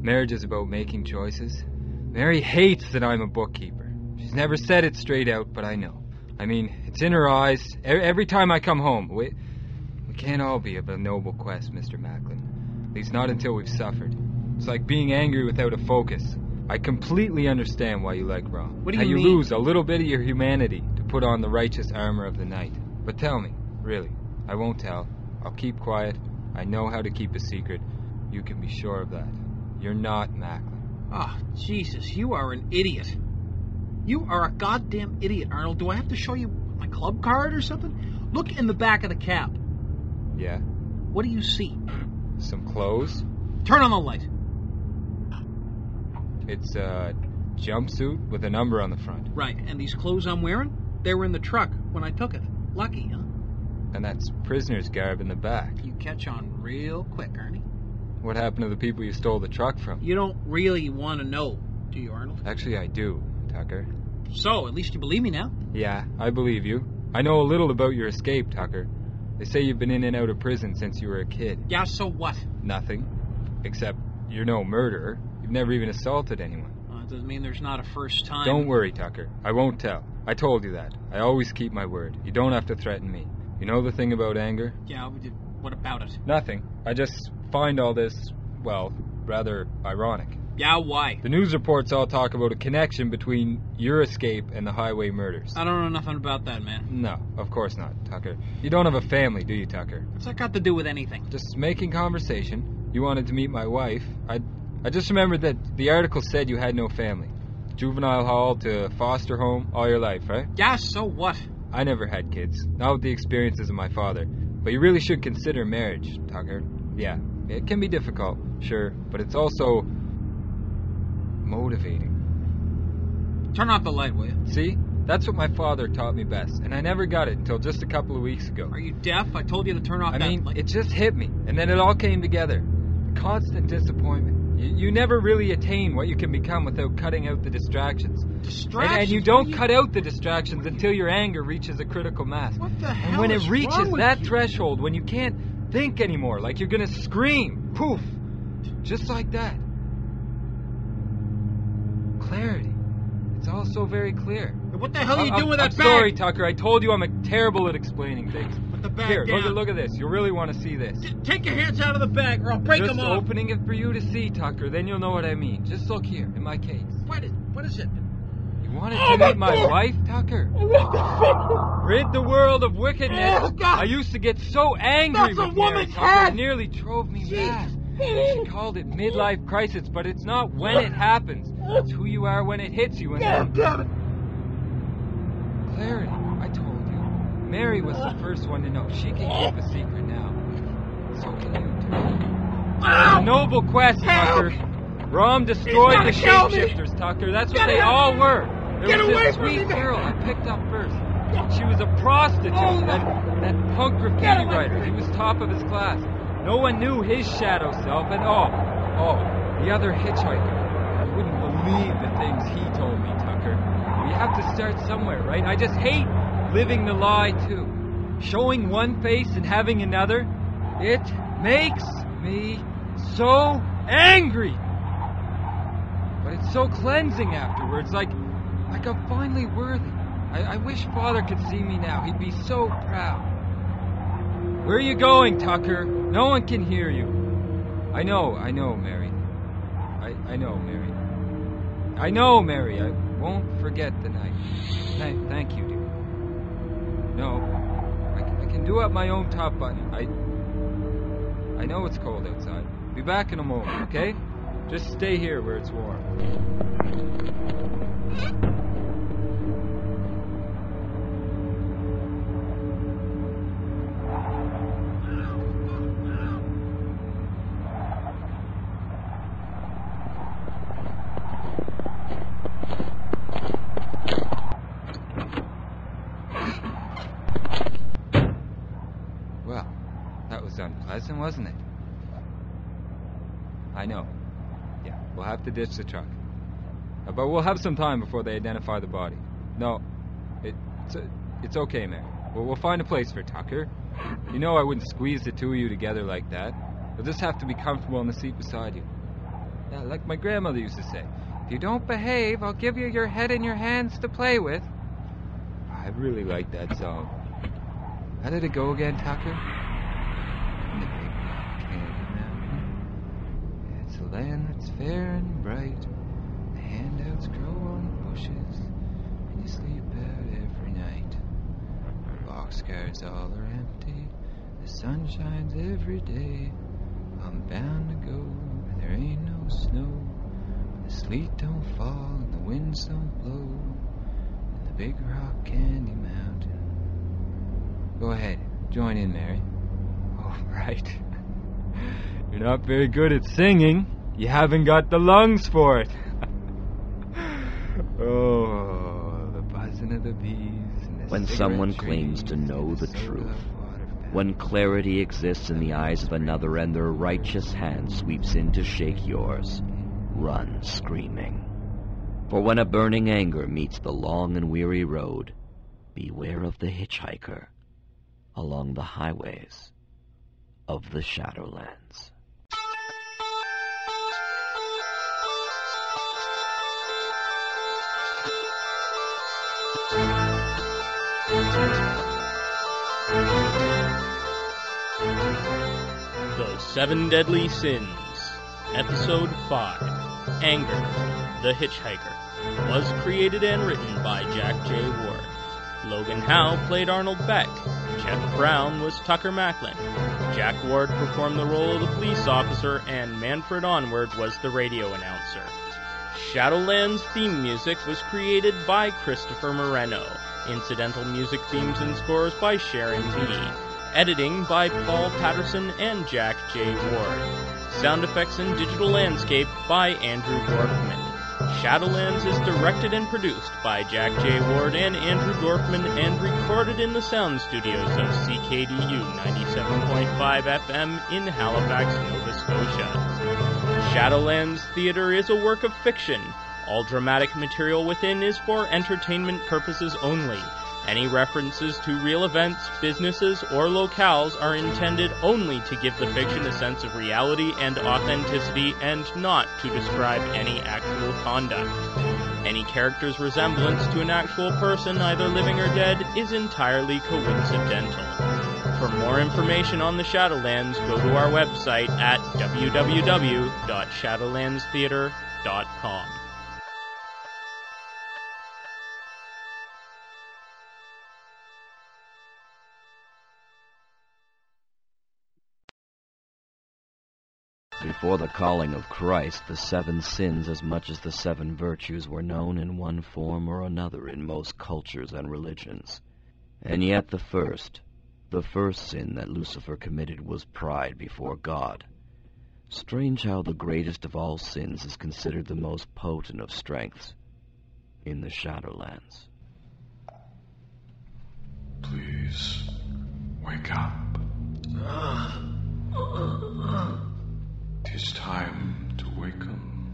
Speaker 6: Marriage is about making choices. Mary hates that I'm a bookkeeper. She's never said it straight out, but I know. I mean, it's in her eyes. E- every time I come home, we, we can't all be of a noble quest, Mr. Macklin. At least not until we've suffered. It's like being angry without a focus. I completely understand why you like Rom.
Speaker 5: What do
Speaker 6: How you
Speaker 5: you mean?
Speaker 6: lose a little bit of your humanity to put on the righteous armor of the night. But tell me, really, I won't tell. I'll keep quiet. I know how to keep a secret. You can be sure of that. You're not Macklin.
Speaker 5: Ah, Jesus, you are an idiot. You are a goddamn idiot, Arnold. Do I have to show you my club card or something? Look in the back of the cab.
Speaker 6: Yeah?
Speaker 5: What do you see?
Speaker 6: Some clothes?
Speaker 5: Turn on the light.
Speaker 6: It's a jumpsuit with a number on the front.
Speaker 5: Right, and these clothes I'm wearing, they were in the truck when I took it. Lucky, huh?
Speaker 6: And that's prisoner's garb in the back.
Speaker 5: You catch on real quick, Ernie.
Speaker 6: What happened to the people you stole the truck from?
Speaker 5: You don't really want to know, do you, Arnold?
Speaker 6: Actually, I do, Tucker.
Speaker 5: So, at least you believe me now.
Speaker 6: Yeah, I believe you. I know a little about your escape, Tucker. They say you've been in and out of prison since you were a kid.
Speaker 5: Yeah, so what?
Speaker 6: Nothing. Except you're no murderer. You've never even assaulted anyone.
Speaker 5: Uh, it doesn't mean there's not a first time.
Speaker 6: Don't worry, Tucker. I won't tell. I told you that. I always keep my word. You don't have to threaten me. You know the thing about anger?
Speaker 5: Yeah, we did- what about it?
Speaker 6: Nothing. I just find all this, well, rather ironic.
Speaker 5: Yeah, why?
Speaker 6: The news reports all talk about a connection between your escape and the highway murders.
Speaker 5: I don't know nothing about that, man.
Speaker 6: No, of course not, Tucker. You don't have a family, do you, Tucker?
Speaker 5: What's that got to do with anything?
Speaker 6: Just making conversation. You wanted to meet my wife. I, I just remembered that the article said you had no family. Juvenile hall to foster home all your life, right?
Speaker 5: Yeah, so what?
Speaker 6: I never had kids, not with the experiences of my father. But you really should consider marriage, Tucker. Yeah, it can be difficult, sure, but it's also motivating.
Speaker 5: Turn off the light, will you?
Speaker 6: See? That's what my father taught me best, and I never got it until just a couple of weeks ago.
Speaker 5: Are you deaf? I told you to turn off
Speaker 6: I
Speaker 5: that
Speaker 6: mean,
Speaker 5: light.
Speaker 6: it just hit me, and then it all came together. Constant disappointment. You, you never really attain what you can become without cutting out the distractions. And-
Speaker 5: Distractions.
Speaker 6: And, you
Speaker 5: what
Speaker 6: don't
Speaker 5: are
Speaker 6: cut out the distractions until your anger reaches a critical mass.
Speaker 5: What the hell
Speaker 6: And when
Speaker 5: is
Speaker 6: it
Speaker 5: wrong
Speaker 6: reaches
Speaker 5: with
Speaker 6: that
Speaker 5: you?
Speaker 6: threshold, when you can't think anymore, like you're gonna scream, poof, just like that. Clarity. It's all so very clear.
Speaker 5: What the hell are you
Speaker 6: I'm-
Speaker 5: doing with
Speaker 6: I'm
Speaker 5: that bag?
Speaker 6: sorry, Tucker. I told you I'm terrible at explaining things.
Speaker 5: What
Speaker 9: the bag
Speaker 6: Here,
Speaker 9: down.
Speaker 6: look at, look at this. You really want to see this.
Speaker 9: T- Take your hands out of the bag or I'll break
Speaker 6: Just
Speaker 9: them off.
Speaker 6: opening it for you to see, Tucker. Then you'll know what I mean. Just look here, in my case.
Speaker 9: What is, what is it?
Speaker 6: You wanted
Speaker 9: Oh,
Speaker 6: to meet
Speaker 9: my
Speaker 6: my
Speaker 9: God.
Speaker 6: wife, Tucker?
Speaker 9: What the fuck?
Speaker 6: Rid the world of wickedness.
Speaker 9: Oh, God.
Speaker 6: I used to get so angry
Speaker 9: That's a
Speaker 6: with Mary
Speaker 9: woman's
Speaker 6: Tucker.
Speaker 9: head.
Speaker 6: It nearly drove me
Speaker 9: Jeez.
Speaker 6: mad. She called it midlife crisis, but it's not when it happens. It's who you are when it hits you. And
Speaker 9: God
Speaker 6: then
Speaker 9: damn it.
Speaker 6: clarity. I told you. Mary was the first one to know. She can keep a secret now. So can you, Tucker.
Speaker 9: Ow!
Speaker 6: A noble quest,
Speaker 9: Help!
Speaker 6: Tucker. Rom destroyed the
Speaker 9: He's gonna kill me!
Speaker 6: shapeshifters, Tucker. That's what
Speaker 9: Get
Speaker 6: they
Speaker 9: out!
Speaker 6: all were. There
Speaker 9: Get
Speaker 6: was
Speaker 9: away
Speaker 6: this
Speaker 9: from
Speaker 6: sweet
Speaker 9: me!
Speaker 6: girl I picked up first. She was a prostitute.
Speaker 9: Oh, no.
Speaker 6: that, that punk
Speaker 9: Get
Speaker 6: graffiti
Speaker 9: away from
Speaker 6: writer. He was top of his class. No one knew his shadow self at all. Oh, the other hitchhiker. You wouldn't believe the things he told me, Tucker. We have to start somewhere, right? I just hate living the lie, too. Showing one face and having another. It makes me so angry. But it's so cleansing afterwards, like like I'm finally worthy. I, I wish Father could see me now. He'd be so proud. Where are you going, Tucker? No one can hear you. I know, I know, Mary. I, I know, Mary. I know, Mary. I won't forget the night. Thank, thank you, dear. No, I, c- I can do up my own top button. I, I know it's cold outside. Be back in a moment, okay? Just stay here where it's warm. Well, that was unpleasant, wasn't it? I know. Yeah, we'll have to ditch the truck. Uh, But we'll have some time before they identify the body. No, it, it's, uh, it's okay, Mary. We'll, we'll find a place for Tucker. You know I wouldn't squeeze the two of you together like that. You'll just have to be comfortable in the seat beside you. Yeah, like my grandmother used to say if you don't behave, I'll give you your head and your hands to play with. I really like that song. How did it go again, Tucker? In the big black candy mountain, it's a land that's fair and bright. The handouts grow on the bushes, and you sleep out every night. The boxcars all are empty, the sun shines every day. I'm bound to go where there ain't no snow. The sleet don't fall and the winds don't blow. In the big rock candy mountain. Go ahead. Join in, Mary. All right. You're not very good at singing. You haven't got the lungs for it. oh, the buzzing of the bees. And the
Speaker 4: When
Speaker 6: cigarette
Speaker 4: someone claims
Speaker 6: trees
Speaker 4: to
Speaker 6: and
Speaker 4: know the
Speaker 6: soda
Speaker 4: truth,
Speaker 6: water
Speaker 4: When
Speaker 6: fountain.
Speaker 4: clarity exists in the eyes of another and their righteous hand sweeps in to shake yours, run screaming. For when a burning anger meets the long and weary road, beware of the hitchhiker along the highways of the Shadowlands.
Speaker 3: The Seven Deadly Sins, Episode 5 Anger, The Hitchhiker, was created and written by Jack J. Ward. Logan Howe played Arnold Beck. Jeff Brown was Tucker Macklin. Jack Ward performed the role of the police officer, and Manfred Onward was the radio announcer. Shadowlands theme music was created by Christopher Moreno. Incidental music themes and scores by Sharon B. Editing by Paul Patterson and Jack J. Ward. Sound effects and digital landscape by Andrew Dorfman. Shadowlands is directed and produced by Jack J. Ward and Andrew Dorfman and recorded in the sound studios of CKDU 97.5 FM in Halifax, Nova Scotia. Shadowlands Theater is a work of fiction. All dramatic material within is for entertainment purposes only Any references to real events, businesses, or locales are intended only to give the fiction a sense of reality and authenticity and not to describe any actual conduct. Any character's resemblance to an actual person, either living or dead, is entirely coincidental. For more information on the Shadowlands, go to our website at www.shadowlandstheater.com.
Speaker 4: Before the calling of Christ, the seven sins as much as the seven virtues were known in one form or another in most cultures and religions. And yet the first, the first sin that Lucifer committed was pride before God. Strange how the greatest of all sins is considered the most potent of strengths in the Shadowlands.
Speaker 10: Please, wake up. Tis time to waken.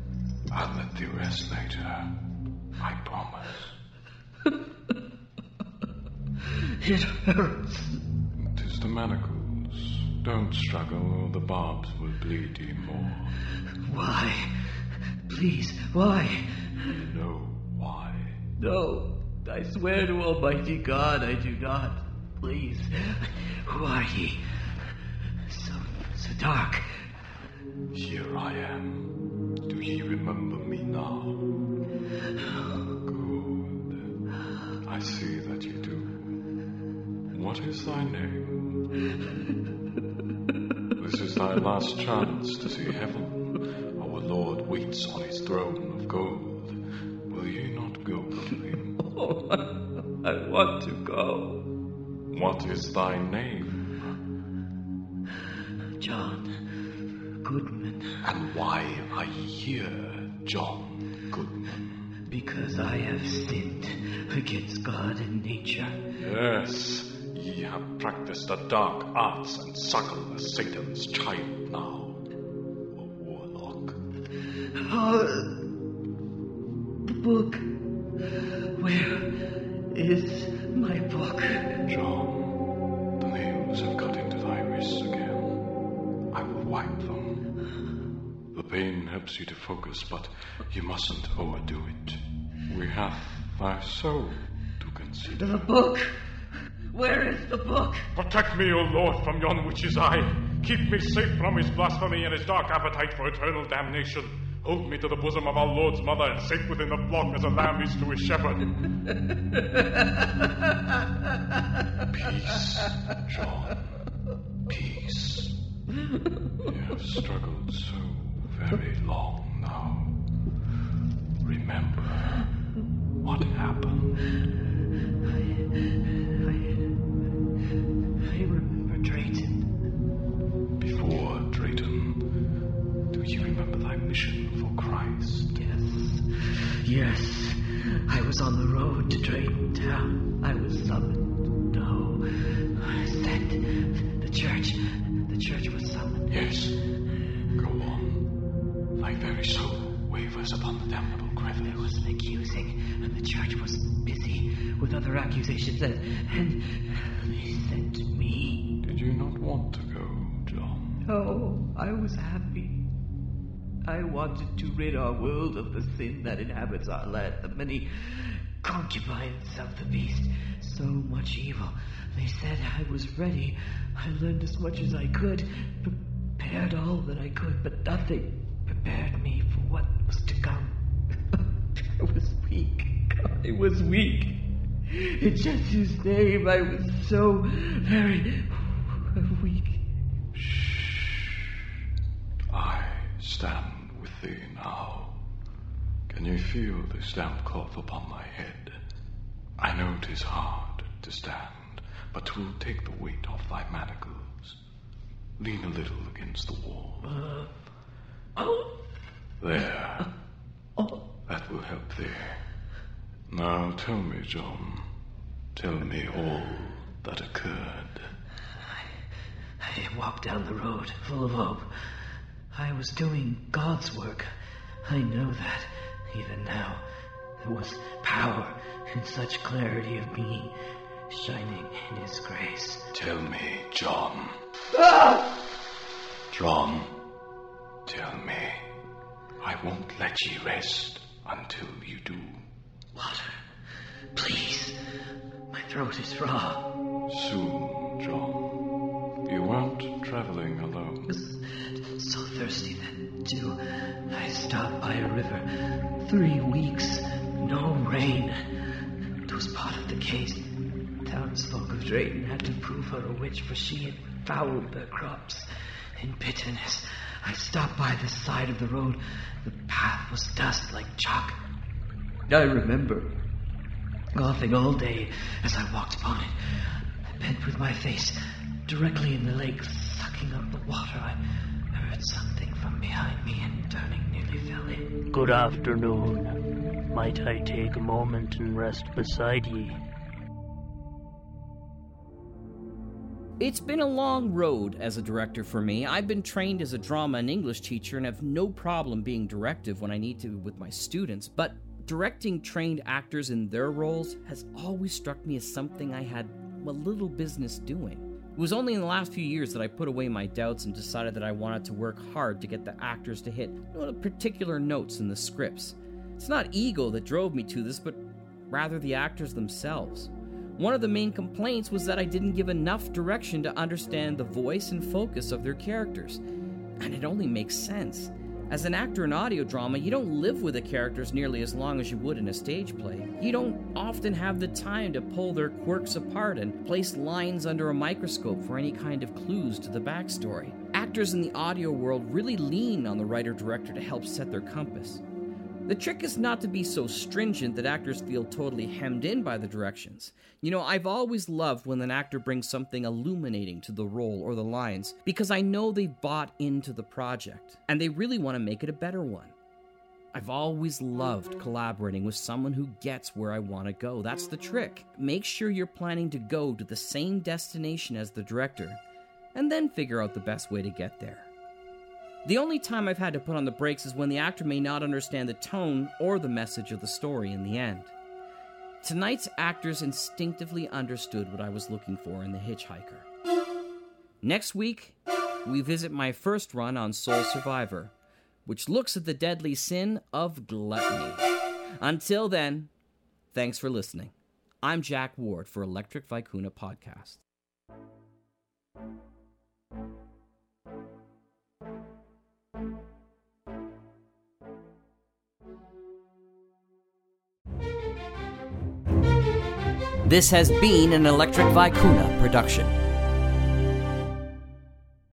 Speaker 10: I'll let thee rest later. I promise.
Speaker 5: It hurts.
Speaker 10: Tis the manacles. Don't struggle, or the barbs will bleed thee more.
Speaker 5: Why? Please, why?
Speaker 10: You know why.
Speaker 5: No, I swear to Almighty God I do not. Please. Who are ye? So, so dark.
Speaker 10: Here I am. Do ye remember me now? Good. I see that you do. What is thy name? This is thy last chance to see heaven. Our Lord waits on his throne of gold. Will ye not go with him?
Speaker 5: Oh, I, I want to go.
Speaker 10: What is thy name,
Speaker 5: John Goodman,
Speaker 10: and why are ye here, John Goodman?
Speaker 5: because I have sinned against God and nature.
Speaker 10: Yes, ye have practiced the dark arts and suckle as Satan's child now. O warlock,
Speaker 5: Oh, the book. Where is my book?
Speaker 10: John, the nails have got into thy wrists again. I will wipe them. The pain helps you to focus, but you mustn't overdo it. We have thy soul to consider.
Speaker 5: The book. Where is the book?
Speaker 10: Protect me, O Lord, from yon witch's eye. Keep me safe from his blasphemy and his dark appetite for eternal damnation. Hold me to the bosom of our Lord's mother and safe within the flock as a lamb is to his shepherd. Peace, John. Peace. You have struggled so very long now. Remember what happened.
Speaker 5: I, I remember Drayton.
Speaker 10: Before Drayton, do you remember thy mission for Christ?
Speaker 5: Yes. Yes. I was on the road to Drayton Town. I was summoned. No. Sent. The church. The church was summoned.
Speaker 10: Yes. Go on. Thy very soul wavers upon the damnable crevice.
Speaker 5: There was an accusing, and the church was busy with other accusations, and, and they sent me.
Speaker 10: Did you not want to go, John?
Speaker 5: Oh, I was happy. I wanted to rid our world of the sin that inhabits our land, the many concubines of the beast. So much evil. They said I was ready. I learned as much as I could, prepared all that I could, but nothing prepared me for what was to come. I was weak. I was weak. In Jesus' name, I was so very weak.
Speaker 10: I stand with thee now. Can ye feel this damp cloth upon my head? I know 'tis hard to stand, but 'twill take the weight off thy manacles. Lean a little against the wall.
Speaker 5: Oh,
Speaker 10: There,
Speaker 5: oh.
Speaker 10: that will help thee. Now tell me, John. Tell me all that occurred.
Speaker 5: I walked down the road full of hope. I was doing God's work. I know that even now. There was power and such clarity of being shining in his grace.
Speaker 10: Tell me, John. John, tell me. I won't let you rest until you do.
Speaker 5: Water, please. My throat is raw.
Speaker 10: Soon, John. You weren't traveling alone.
Speaker 5: So thirsty that, too, I stopped by a river. Three weeks, no rain. It was part of the case. Townsfolk of Drayton had to prove her a witch, for she had fouled their crops. In bitterness, I stopped by the side of the road. The path was dust like chalk. I remember Coughing all day as I walked upon it. I bent with my face directly in the lake, sucking up the water. I heard something from behind me and turning nearly fell in.
Speaker 11: Good afternoon. Might I take a moment and rest beside ye?
Speaker 2: It's been a long road as a director for me. I've been trained as a drama and English teacher and have no problem being directive when I need to with my students, but directing trained actors in their roles has always struck me as something I had a little business doing. It was only in the last few years that I put away my doubts and decided that I wanted to work hard to get the actors to hit particular notes in the scripts. It's not ego that drove me to this, but rather the actors themselves. One of the main complaints was that I didn't give enough direction to understand the voice and focus of their characters. And it only makes sense. As an actor in audio drama, you don't live with the characters nearly as long as you would in a stage play. You don't often have the time to pull their quirks apart and place lines under a microscope for any kind of clues to the backstory. Actors in the audio world really lean on the writer director to help set their compass. The trick is not to be so stringent that actors feel totally hemmed in by the directions. You know, I've always loved when an actor brings something illuminating to the role or the lines because I know they've bought into the project and they really want to make it a better one. I've always loved collaborating with someone who gets where I want to go. That's the trick. Make sure you're planning to go to the same destination as the director and then figure out the best way to get there. The only time I've had to put on the brakes is when the actor may not understand the tone or the message of the story in the end. Tonight's actors instinctively understood what I was looking for in The Hitchhiker. Next week, we visit my first run on Soul Survivor, which looks at the deadly sin of gluttony. Until then, thanks for listening. I'm Jack Ward for Electric Vicuna Podcast.
Speaker 12: This has been an Electric Vicuna production.